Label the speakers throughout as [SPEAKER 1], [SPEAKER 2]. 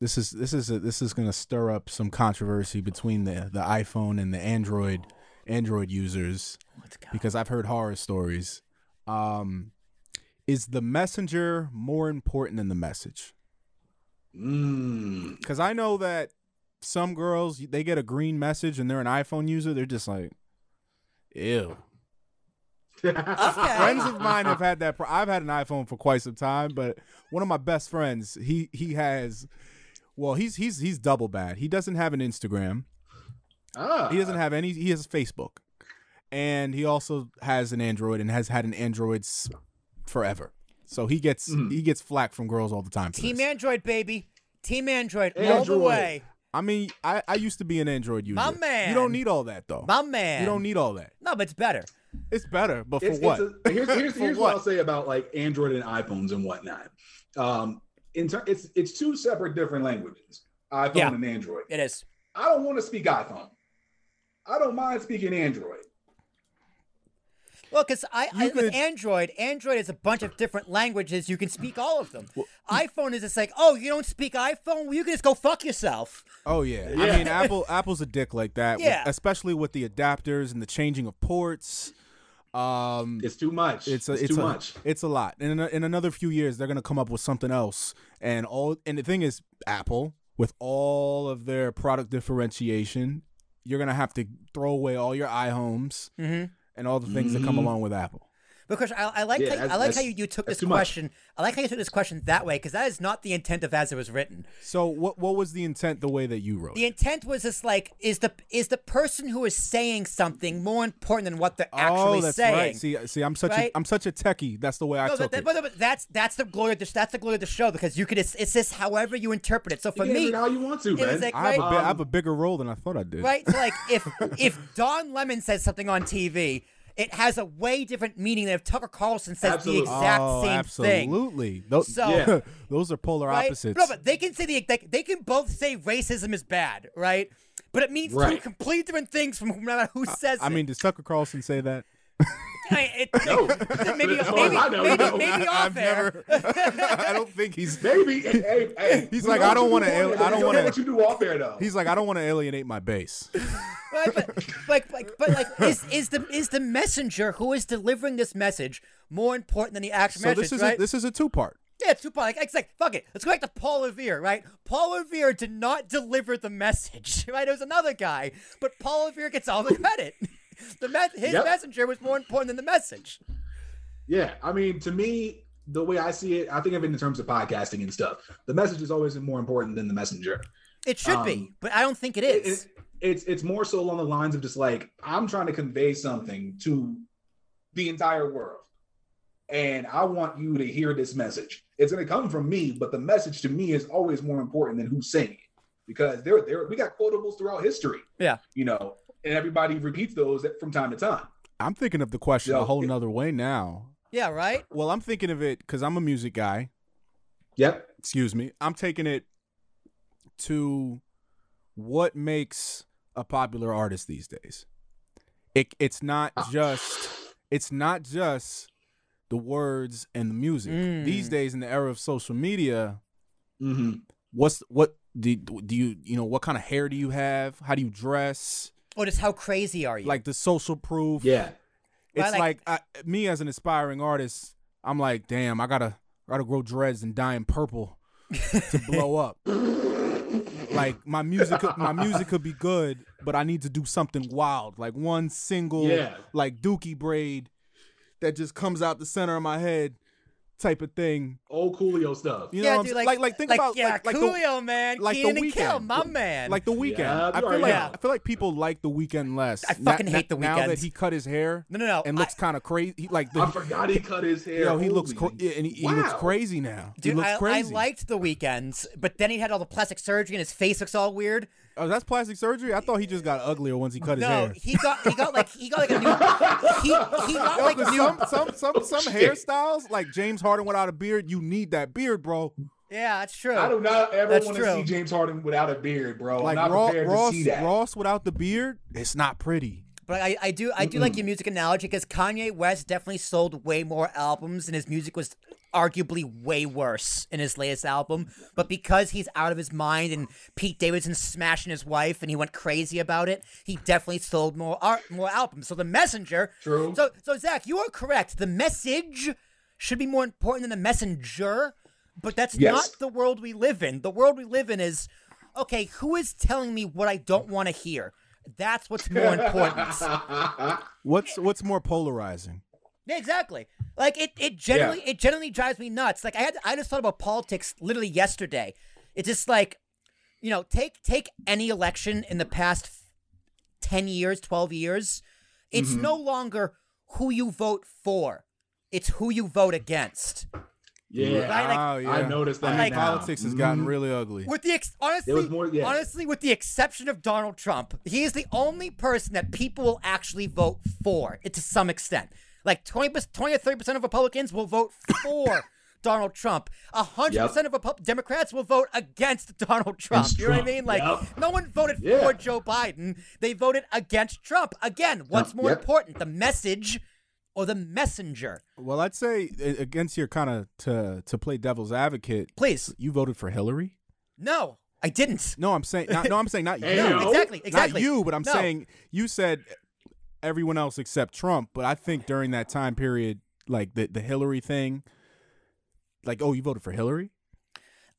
[SPEAKER 1] This is this is a, this is going to stir up some controversy between the the iPhone and the Android Android users
[SPEAKER 2] Let's go.
[SPEAKER 1] because I've heard horror stories. Um, is the messenger more important than the message?
[SPEAKER 2] Mm.
[SPEAKER 1] Because I know that some girls they get a green message and they're an iPhone user. They're just like, ew.
[SPEAKER 3] Uh,
[SPEAKER 1] Friends of mine have had that. Pro- I've had an iPhone for quite some time, but one of my best friends, he he has. Well, he's he's he's double bad. He doesn't have an Instagram.
[SPEAKER 4] Ah.
[SPEAKER 1] He doesn't have any. He has Facebook, and he also has an Android and has had an Android s- forever. So he gets
[SPEAKER 4] Mhm.
[SPEAKER 1] he gets flack from girls all the time. for
[SPEAKER 3] Team
[SPEAKER 1] this.
[SPEAKER 3] Android, baby. Team Android, all the
[SPEAKER 4] Android.
[SPEAKER 3] way.
[SPEAKER 1] I mean, I I used to be an Android user.
[SPEAKER 3] My man.
[SPEAKER 1] you don't need all that though.
[SPEAKER 3] My man.
[SPEAKER 1] You don't need all that.
[SPEAKER 3] No, but it's better.
[SPEAKER 1] It's better, but for
[SPEAKER 4] It's-
[SPEAKER 1] what?
[SPEAKER 4] it's a- here's here's,
[SPEAKER 1] For
[SPEAKER 4] here's what?
[SPEAKER 1] what?
[SPEAKER 4] I'll say about like Android and iPhones and whatnot. Um, in ter- it's it's two separate different languages, iPhone
[SPEAKER 3] Yeah.
[SPEAKER 4] and Android.
[SPEAKER 3] It is.
[SPEAKER 4] I don't want to speak iPhone. I don't mind speaking Android.
[SPEAKER 3] Well, because I, I
[SPEAKER 1] You
[SPEAKER 3] with
[SPEAKER 1] could-
[SPEAKER 3] Android, Android is a bunch of different languages. You can speak all of them. iPhone is just like, oh, you don't speak iPhone? Well, you can just go fuck yourself.
[SPEAKER 1] Oh yeah. I
[SPEAKER 4] Yeah.
[SPEAKER 1] mean Apple Apple's a dick like that. with-
[SPEAKER 3] Yeah.
[SPEAKER 1] especially with the adapters and the changing of ports. Um
[SPEAKER 4] It's too much.
[SPEAKER 1] it's a, it's,
[SPEAKER 4] too
[SPEAKER 1] a,
[SPEAKER 4] much.
[SPEAKER 1] It's a lot. And in, a, in another few years they're going to come up with something else. And all and the thing is Apple with all of their product differentiation, you're going to have to throw away all your iHomes
[SPEAKER 3] Mm-hmm.
[SPEAKER 1] and all the things that come
[SPEAKER 4] Mhm.
[SPEAKER 1] along with Apple.
[SPEAKER 3] Because I, I like how, I
[SPEAKER 4] Yeah, that's-
[SPEAKER 3] like how
[SPEAKER 4] that's-
[SPEAKER 3] you, you took
[SPEAKER 4] that's
[SPEAKER 3] this
[SPEAKER 4] too much.
[SPEAKER 3] question. I like how you took this question that way because that is not the intent of as it was written.
[SPEAKER 1] So what what was the intent the way that you wrote?
[SPEAKER 3] The
[SPEAKER 1] it?
[SPEAKER 3] intent was just like is the is the person who is saying something more important than what they're
[SPEAKER 1] oh,
[SPEAKER 3] actually
[SPEAKER 1] that's
[SPEAKER 3] saying.
[SPEAKER 1] right. See, see, I'm such
[SPEAKER 3] right?
[SPEAKER 1] a I'm such a techie. That's the way I
[SPEAKER 3] No,
[SPEAKER 1] took
[SPEAKER 3] but,
[SPEAKER 1] it.
[SPEAKER 3] but, but that's that's the glory of the that's the glory of the show because you could it's, it's just however you interpret it. So for
[SPEAKER 4] You can
[SPEAKER 3] me,
[SPEAKER 4] answer it how you want to,
[SPEAKER 3] it was
[SPEAKER 4] man.
[SPEAKER 3] like-
[SPEAKER 1] I have, a bi- I
[SPEAKER 4] Um,
[SPEAKER 1] have a bigger role than I thought I did.
[SPEAKER 3] right? So like if if Don Lemon says something on TV, it has a way different meaning than if Tucker Carlson says
[SPEAKER 4] Absolutely.
[SPEAKER 3] the exact
[SPEAKER 1] oh,
[SPEAKER 3] same thing.
[SPEAKER 1] absolutely. Those,
[SPEAKER 3] So-
[SPEAKER 4] Yeah.
[SPEAKER 1] those are polar
[SPEAKER 3] Right?
[SPEAKER 1] opposites.
[SPEAKER 3] No, but they can say the they, they can both say racism is bad, right? But it means two
[SPEAKER 4] Right.
[SPEAKER 3] completely different things from no matter who says
[SPEAKER 1] I
[SPEAKER 3] it.
[SPEAKER 1] mean, does Tucker Carlson say that?
[SPEAKER 3] I mean, it,
[SPEAKER 4] No.
[SPEAKER 3] maybe
[SPEAKER 4] As far as
[SPEAKER 3] maybe
[SPEAKER 4] I know,
[SPEAKER 3] maybe,
[SPEAKER 4] no.
[SPEAKER 3] maybe off
[SPEAKER 1] I've
[SPEAKER 3] air.
[SPEAKER 1] never. I don't think he's.
[SPEAKER 4] Baby, hey, hey,
[SPEAKER 1] He's
[SPEAKER 4] we
[SPEAKER 1] like,
[SPEAKER 4] know
[SPEAKER 1] I
[SPEAKER 4] what
[SPEAKER 1] don't
[SPEAKER 4] you
[SPEAKER 1] wanna
[SPEAKER 4] do
[SPEAKER 1] al-
[SPEAKER 4] on
[SPEAKER 1] I
[SPEAKER 4] there.
[SPEAKER 1] don't
[SPEAKER 4] We know
[SPEAKER 1] wanna-
[SPEAKER 4] what you do off air though.
[SPEAKER 1] He's like, I don't want to alienate my base.
[SPEAKER 3] Right, but, like, like, but like, is is the is the messenger who is delivering this message more important than the actual
[SPEAKER 1] So
[SPEAKER 3] message?
[SPEAKER 1] this is
[SPEAKER 3] right?
[SPEAKER 1] a, this is a two part.
[SPEAKER 3] yeah, it's Tupac. Like, it's like, fuck it. Let's go back to Paul Revere, right? Paul Revere did not deliver the message, right? It was another guy, but Paul Revere gets all the credit. The me- his
[SPEAKER 4] Yep.
[SPEAKER 3] messenger was more important than the message.
[SPEAKER 4] Yeah, I mean, to me, the way I see it, I think of it in terms of podcasting and stuff. The message is always more important than the messenger.
[SPEAKER 3] It should be,
[SPEAKER 4] Um,
[SPEAKER 3] but I don't think it
[SPEAKER 4] It-
[SPEAKER 3] is.
[SPEAKER 4] it- it's it's more so along the lines of just like I'm trying to convey something to the entire world, and I want you to hear this message. It's going to come from me, but the message to me is always more important than who's saying it, because there there we got quotables throughout history.
[SPEAKER 3] Yeah.
[SPEAKER 4] you know, and everybody repeats those from time to time.
[SPEAKER 1] I'm thinking of the question
[SPEAKER 4] Yo,
[SPEAKER 1] a whole
[SPEAKER 4] it-
[SPEAKER 1] nother way now.
[SPEAKER 3] yeah, right.
[SPEAKER 1] Well, I'm thinking of it because I'm a music guy.
[SPEAKER 4] Yep.
[SPEAKER 1] excuse me, I'm taking it to what makes a popular artist these days. It it's not just it's not just the words and the music.
[SPEAKER 3] Mm.
[SPEAKER 1] These days in the era of social media,
[SPEAKER 4] Mm-hmm.
[SPEAKER 1] what's what do, do you you know what kind of hair do you have? How do you dress?
[SPEAKER 3] Or just how crazy are you?
[SPEAKER 1] Like the social proof.
[SPEAKER 4] Yeah.
[SPEAKER 1] It's
[SPEAKER 3] Right,
[SPEAKER 1] like, I, me as an aspiring artist, I'm like, damn, I gotta, I gotta grow dreads and dye in purple to blow up. like my music, my music could be good, but I need to do something wild, like one single,
[SPEAKER 4] Yeah.
[SPEAKER 1] like Dookie braid that just comes out the center of my head, type of thing.
[SPEAKER 4] Old Coolio stuff.
[SPEAKER 1] You know,
[SPEAKER 3] yeah,
[SPEAKER 1] what I'm
[SPEAKER 3] dude,
[SPEAKER 1] s-
[SPEAKER 3] like,
[SPEAKER 1] like, like think about
[SPEAKER 3] yeah,
[SPEAKER 1] like, like the,
[SPEAKER 3] Coolio, man,
[SPEAKER 1] like the
[SPEAKER 3] Keenan and Kel,
[SPEAKER 1] Weeknd.
[SPEAKER 3] my man.
[SPEAKER 1] like the weekend.
[SPEAKER 4] Yeah,
[SPEAKER 1] I
[SPEAKER 4] you
[SPEAKER 1] feel
[SPEAKER 4] already
[SPEAKER 1] like
[SPEAKER 3] know.
[SPEAKER 1] I feel like people like the weekend less.
[SPEAKER 3] I
[SPEAKER 1] Na-
[SPEAKER 3] fucking
[SPEAKER 1] na-
[SPEAKER 3] hate The
[SPEAKER 1] now that
[SPEAKER 3] Weeknd.
[SPEAKER 1] he cut his hair
[SPEAKER 3] no, no, no.
[SPEAKER 1] and
[SPEAKER 3] Oh, I-
[SPEAKER 1] looks kind of crazy. He, like
[SPEAKER 4] I
[SPEAKER 1] the,
[SPEAKER 4] forgot he cut his hair.
[SPEAKER 1] Yo, he looks cra-
[SPEAKER 4] Holy-
[SPEAKER 1] yeah, and he, he looks
[SPEAKER 4] Wow.
[SPEAKER 1] crazy now.
[SPEAKER 3] Dude,
[SPEAKER 1] he looks
[SPEAKER 3] I,
[SPEAKER 1] crazy.
[SPEAKER 3] I liked the weekends, but then he had all the plastic surgery and his face looks all weird.
[SPEAKER 1] Oh, that's plastic surgery. I thought he just got uglier once he cut his
[SPEAKER 3] No,
[SPEAKER 1] hair.
[SPEAKER 3] he got he got like he got like a new he he got
[SPEAKER 1] Yo,
[SPEAKER 3] like
[SPEAKER 1] 'cause
[SPEAKER 3] new
[SPEAKER 1] some some some some
[SPEAKER 4] Shit.
[SPEAKER 1] hairstyles like James Harden without a beard. You need that beard, bro.
[SPEAKER 3] yeah, that's true.
[SPEAKER 4] I do not ever
[SPEAKER 3] That's
[SPEAKER 4] want
[SPEAKER 3] true.
[SPEAKER 4] to see James Harden without a beard, bro.
[SPEAKER 1] Like
[SPEAKER 4] I'm not
[SPEAKER 1] Ross
[SPEAKER 4] prepared to
[SPEAKER 1] Ross,
[SPEAKER 4] see that.
[SPEAKER 1] Ross without the beard, it's not pretty.
[SPEAKER 3] But I, I do I do like your music analogy because Kanye West definitely sold way more albums and his music was arguably way worse in his latest album. But because he's out of his mind and Pete Davidson smashing his wife and he went crazy about it, he definitely sold more art, more albums. So the messenger.
[SPEAKER 4] True.
[SPEAKER 3] So so Zach, you are correct. The message should be more important than the messenger. But that's
[SPEAKER 4] Yes.
[SPEAKER 3] not the world we live in. The world we live in is okay, who is telling me what I don't want to hear? That's what's more important.
[SPEAKER 1] What's what's more polarizing?
[SPEAKER 3] Yeah, exactly. Like it, it generally it generally drives me nuts. Like I had I just thought about politics literally yesterday. It's just like, you know, take take any election in the past ten years, twelve years. It's no longer who you vote for. It's who you vote against.
[SPEAKER 4] yeah,
[SPEAKER 3] Right, like- Mm-hmm.
[SPEAKER 1] Oh, yeah.
[SPEAKER 4] I noticed that. Mm-hmm.
[SPEAKER 1] I mean,
[SPEAKER 3] Like-
[SPEAKER 1] politics has gotten really ugly.
[SPEAKER 3] With the ex- honestly,
[SPEAKER 4] There was more- yeah.
[SPEAKER 3] honestly, with the exception of Donald Trump, he is the only person that people will actually vote for. It to some extent, like 20, 20 or thirty percent of Republicans will vote for Donald Trump. hundred percent of Repu- Democrats will vote against Donald Trump.
[SPEAKER 4] Against
[SPEAKER 3] you know what I
[SPEAKER 4] Trump,
[SPEAKER 3] mean? Like
[SPEAKER 4] yep.
[SPEAKER 3] no one voted
[SPEAKER 4] Yeah.
[SPEAKER 3] for Joe Biden; they voted against Trump. Again, what's
[SPEAKER 4] Trump,
[SPEAKER 3] more
[SPEAKER 4] yep.
[SPEAKER 3] important, the message or the messenger?
[SPEAKER 1] Well, I'd say a- against your kind of to to play devil's advocate,
[SPEAKER 3] Please,
[SPEAKER 1] you voted for Hillary.
[SPEAKER 3] no, I didn't.
[SPEAKER 1] No, I'm saying not, no. I'm saying not you.
[SPEAKER 4] Hey,
[SPEAKER 3] No,
[SPEAKER 4] yo.
[SPEAKER 3] exactly, exactly.
[SPEAKER 1] Not you, but I'm
[SPEAKER 3] No.
[SPEAKER 1] saying you said everyone else except Trump. But I think during that time period, like the the Hillary thing, like oh, you voted for Hillary.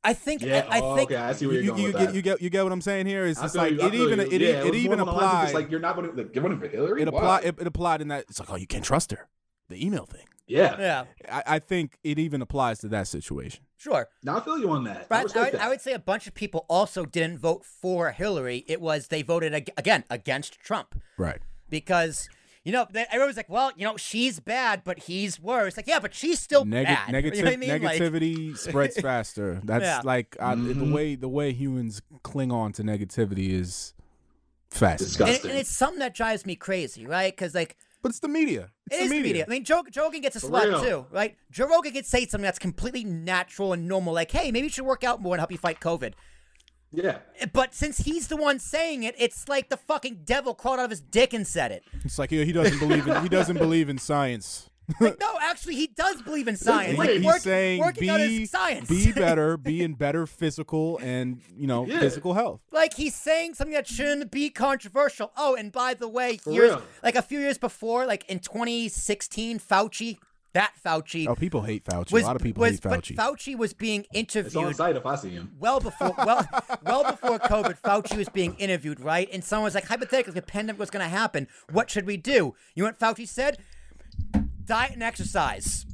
[SPEAKER 3] I think
[SPEAKER 4] Yeah,
[SPEAKER 3] I, I
[SPEAKER 4] oh,
[SPEAKER 3] think
[SPEAKER 4] okay, I see
[SPEAKER 1] You,
[SPEAKER 4] where you're
[SPEAKER 1] you,
[SPEAKER 4] going
[SPEAKER 1] you
[SPEAKER 4] with
[SPEAKER 1] get
[SPEAKER 4] that.
[SPEAKER 1] you get you get what I'm saying here. It's
[SPEAKER 4] I
[SPEAKER 1] just
[SPEAKER 4] feel
[SPEAKER 1] like
[SPEAKER 4] you, I
[SPEAKER 1] it
[SPEAKER 4] feel
[SPEAKER 1] even
[SPEAKER 4] you.
[SPEAKER 1] it, it,
[SPEAKER 4] Yeah, was more
[SPEAKER 1] even
[SPEAKER 4] along the lines of
[SPEAKER 1] applied
[SPEAKER 4] just like you're not going to like, you're running for Hillary.
[SPEAKER 1] it
[SPEAKER 4] Wow.
[SPEAKER 1] applied it, it applied in that it's like oh you can't trust her the email thing.
[SPEAKER 4] Yeah.
[SPEAKER 3] yeah,
[SPEAKER 1] I, I think it even applies to that situation.
[SPEAKER 3] sure.
[SPEAKER 4] Now I feel you on that. I,
[SPEAKER 3] But I,
[SPEAKER 4] respect
[SPEAKER 3] would,
[SPEAKER 4] that.
[SPEAKER 3] I would say a bunch of people also didn't vote for Hillary. It was they voted ag- again against Trump
[SPEAKER 1] Right.
[SPEAKER 3] because you know they, everyone's like, well, you know, she's bad, but he's worse. Like, yeah, but she's still
[SPEAKER 1] Neg-
[SPEAKER 3] bad.
[SPEAKER 1] negative
[SPEAKER 3] you know what I mean? Like,
[SPEAKER 1] negativity spreads faster. That's
[SPEAKER 3] Yeah.
[SPEAKER 1] like uh,
[SPEAKER 4] Mm-hmm.
[SPEAKER 1] the way the way humans cling on to negativity is fast.
[SPEAKER 4] Disgusting.
[SPEAKER 3] and, and it's something that drives me crazy, right? Because like
[SPEAKER 1] But it's the media. It's
[SPEAKER 3] it is
[SPEAKER 1] the
[SPEAKER 3] the
[SPEAKER 1] media.
[SPEAKER 3] media. I mean, Joe, Joe Rogan gets a
[SPEAKER 4] For
[SPEAKER 3] slot
[SPEAKER 4] real.
[SPEAKER 3] too, right? Joe Rogan could say something that's completely natural and normal, like, hey, maybe you should work out more and help you fight COVID.
[SPEAKER 4] yeah.
[SPEAKER 3] But since he's the one saying it, it's like the fucking devil crawled out of his dick and said it.
[SPEAKER 1] It's like yeah, he doesn't believe in he doesn't believe in science.
[SPEAKER 3] Like, no, actually, he does believe in science. Like,
[SPEAKER 4] Wait,
[SPEAKER 1] he's
[SPEAKER 3] work,
[SPEAKER 1] saying
[SPEAKER 3] working
[SPEAKER 1] be
[SPEAKER 3] on his science.
[SPEAKER 1] be better, be in better physical and you know
[SPEAKER 4] Yeah.
[SPEAKER 1] physical health.
[SPEAKER 3] like, he's saying something that shouldn't be controversial. Oh, and by the way,
[SPEAKER 4] For
[SPEAKER 3] years,
[SPEAKER 4] real.
[SPEAKER 3] like a few years before, like in 2016, Fauci, that Fauci,
[SPEAKER 1] Oh, people hate Fauci.
[SPEAKER 3] was,
[SPEAKER 1] a lot of people
[SPEAKER 3] was,
[SPEAKER 1] hate
[SPEAKER 3] but
[SPEAKER 1] Fauci.
[SPEAKER 3] Fauci was being
[SPEAKER 4] It's on
[SPEAKER 3] interviewed
[SPEAKER 4] site if I see him.
[SPEAKER 3] well before well well before COVID, Fauci was being interviewed, right? And someone was like, hypothetically, if the pandemic was going to happen, what should we do? You know what Fauci said? Diet and exercise.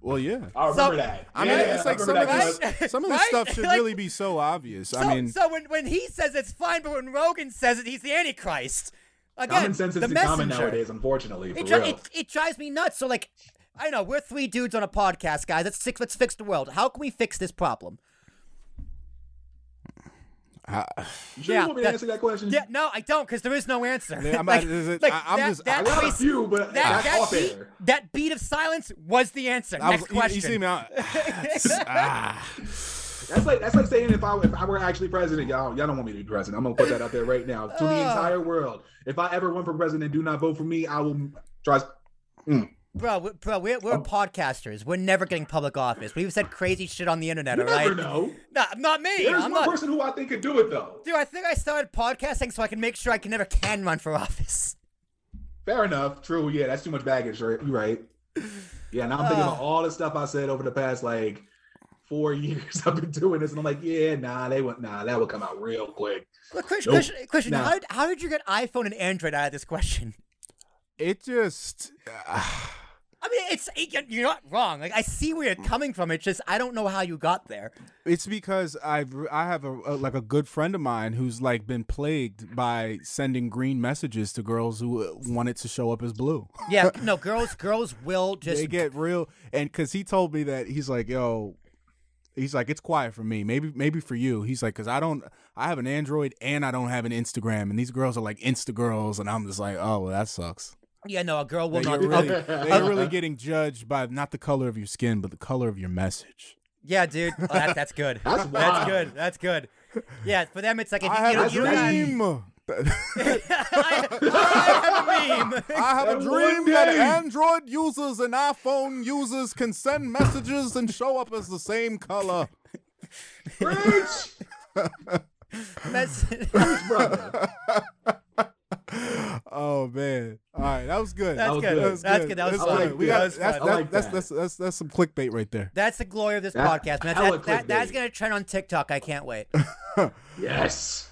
[SPEAKER 1] well, yeah.
[SPEAKER 4] I remember
[SPEAKER 3] So-
[SPEAKER 4] that.
[SPEAKER 1] I mean,
[SPEAKER 4] Yeah,
[SPEAKER 1] it's
[SPEAKER 4] I
[SPEAKER 1] like some
[SPEAKER 4] remember
[SPEAKER 1] of
[SPEAKER 4] that
[SPEAKER 1] this,
[SPEAKER 4] because-
[SPEAKER 3] Right?
[SPEAKER 1] some of this
[SPEAKER 3] Right?
[SPEAKER 1] stuff should
[SPEAKER 3] Like-
[SPEAKER 1] really be so obvious.
[SPEAKER 3] So,
[SPEAKER 1] I mean,
[SPEAKER 3] so when, when he says it's fine, but when Rogan says it, he's the Antichrist. Again,
[SPEAKER 4] Common sense is
[SPEAKER 3] the
[SPEAKER 4] the common
[SPEAKER 3] messenger.
[SPEAKER 4] nowadays, unfortunately. For
[SPEAKER 3] It,
[SPEAKER 4] real.
[SPEAKER 3] dri- it, it drives me nuts. So like, I know we're three dudes on a podcast, guys. Let's fix, let's fix the world. How can we fix this problem?
[SPEAKER 4] You sure
[SPEAKER 3] yeah,
[SPEAKER 4] you want me
[SPEAKER 3] that-
[SPEAKER 4] to answer that question?
[SPEAKER 3] Yeah, no, I don't, because there is no answer.
[SPEAKER 1] Yeah, I'm-
[SPEAKER 3] like,
[SPEAKER 1] is it-
[SPEAKER 3] like
[SPEAKER 1] I- I'm
[SPEAKER 3] that,
[SPEAKER 1] just-
[SPEAKER 3] that
[SPEAKER 4] I got a
[SPEAKER 3] piece-
[SPEAKER 4] few, but
[SPEAKER 3] that,
[SPEAKER 4] that's
[SPEAKER 3] that,
[SPEAKER 4] off
[SPEAKER 3] beat,
[SPEAKER 4] air.
[SPEAKER 3] that beat of silence was the answer.
[SPEAKER 1] I
[SPEAKER 3] Next
[SPEAKER 1] was, you,
[SPEAKER 3] question.
[SPEAKER 1] you see me out. ah,
[SPEAKER 4] That's like that's like saying if I if I were actually president, y'all y'all don't want me to be president. I'm gonna put that out there right now to the entire world. If I ever run for president, do not vote for me. I will try.
[SPEAKER 3] bro, we- bro, we're, we're
[SPEAKER 4] Um,
[SPEAKER 3] podcasters. We're never getting public office. We've said crazy shit on the internet,
[SPEAKER 4] You
[SPEAKER 3] all right?
[SPEAKER 4] never know.
[SPEAKER 3] Nah, not me.
[SPEAKER 4] There's
[SPEAKER 3] I'm
[SPEAKER 4] one
[SPEAKER 3] not.
[SPEAKER 4] person who I think could do it though.
[SPEAKER 3] Dude, I think I started podcasting so I can make sure I can never can run for office.
[SPEAKER 4] Fair enough. True. Yeah, that's too much baggage. Right? You right. Yeah. Now I'm thinking about all the stuff I said over the past like four years. I've been doing this, and I'm like, yeah, nah, they would, nah, that would come out real quick.
[SPEAKER 3] Look, Christian,
[SPEAKER 4] Nope.
[SPEAKER 3] Christian, Christian
[SPEAKER 4] Nah.
[SPEAKER 3] how, did, how did you get iPhone and Android out of this question?
[SPEAKER 1] it just.
[SPEAKER 3] I mean, it's it, you're not wrong. Like I see where you're coming from. It's just I don't know how you got there.
[SPEAKER 1] It's because I've I have a, a like a good friend of mine who's like been plagued by sending green messages to girls who uh, wanted to show up as blue.
[SPEAKER 3] Yeah, no, girls, girls will just
[SPEAKER 1] They get real, and because he told me that he's like, yo, he's like, it's quiet for me. Maybe maybe for you. He's like, because I don't, I have an Android and I don't have an Instagram, and these girls are like Insta girls, and I'm just like, oh, well, that sucks.
[SPEAKER 3] yeah, no, a girl will
[SPEAKER 1] That
[SPEAKER 3] not.
[SPEAKER 1] you're really,
[SPEAKER 3] uh,
[SPEAKER 1] that you're really getting judged by not the color of your skin, but the color of your message.
[SPEAKER 3] yeah, dude, oh, that, that's good.
[SPEAKER 4] That's
[SPEAKER 3] That's
[SPEAKER 4] wild.
[SPEAKER 3] good. That's good. Yeah, for them it's like if
[SPEAKER 1] I
[SPEAKER 3] you, you, know,
[SPEAKER 1] have a
[SPEAKER 3] you, don't
[SPEAKER 1] dream.
[SPEAKER 3] gotta, I, I have a meme.
[SPEAKER 1] I have a
[SPEAKER 4] That
[SPEAKER 1] dream
[SPEAKER 4] one
[SPEAKER 1] that
[SPEAKER 4] day.
[SPEAKER 1] Android users and iPhone users can send messages and show up as the same color.
[SPEAKER 4] Preach!
[SPEAKER 3] That's-
[SPEAKER 4] Preach, brother.
[SPEAKER 1] Oh man! All right, that was good.
[SPEAKER 3] That's
[SPEAKER 4] was
[SPEAKER 3] good.
[SPEAKER 4] good.
[SPEAKER 3] That's good. That was
[SPEAKER 1] That's
[SPEAKER 4] fun.
[SPEAKER 1] good. We
[SPEAKER 4] That
[SPEAKER 1] got-
[SPEAKER 3] was
[SPEAKER 1] that's-
[SPEAKER 3] fun.
[SPEAKER 4] I
[SPEAKER 1] that-
[SPEAKER 4] like
[SPEAKER 1] that's-
[SPEAKER 4] that.
[SPEAKER 1] that's that's that's some clickbait right there.
[SPEAKER 3] That's the glory of this
[SPEAKER 4] That-
[SPEAKER 3] podcast, man.
[SPEAKER 4] hella
[SPEAKER 3] That, that, that's
[SPEAKER 4] clickbait.
[SPEAKER 3] gonna trend on TikTok. I can't wait.
[SPEAKER 4] Yes.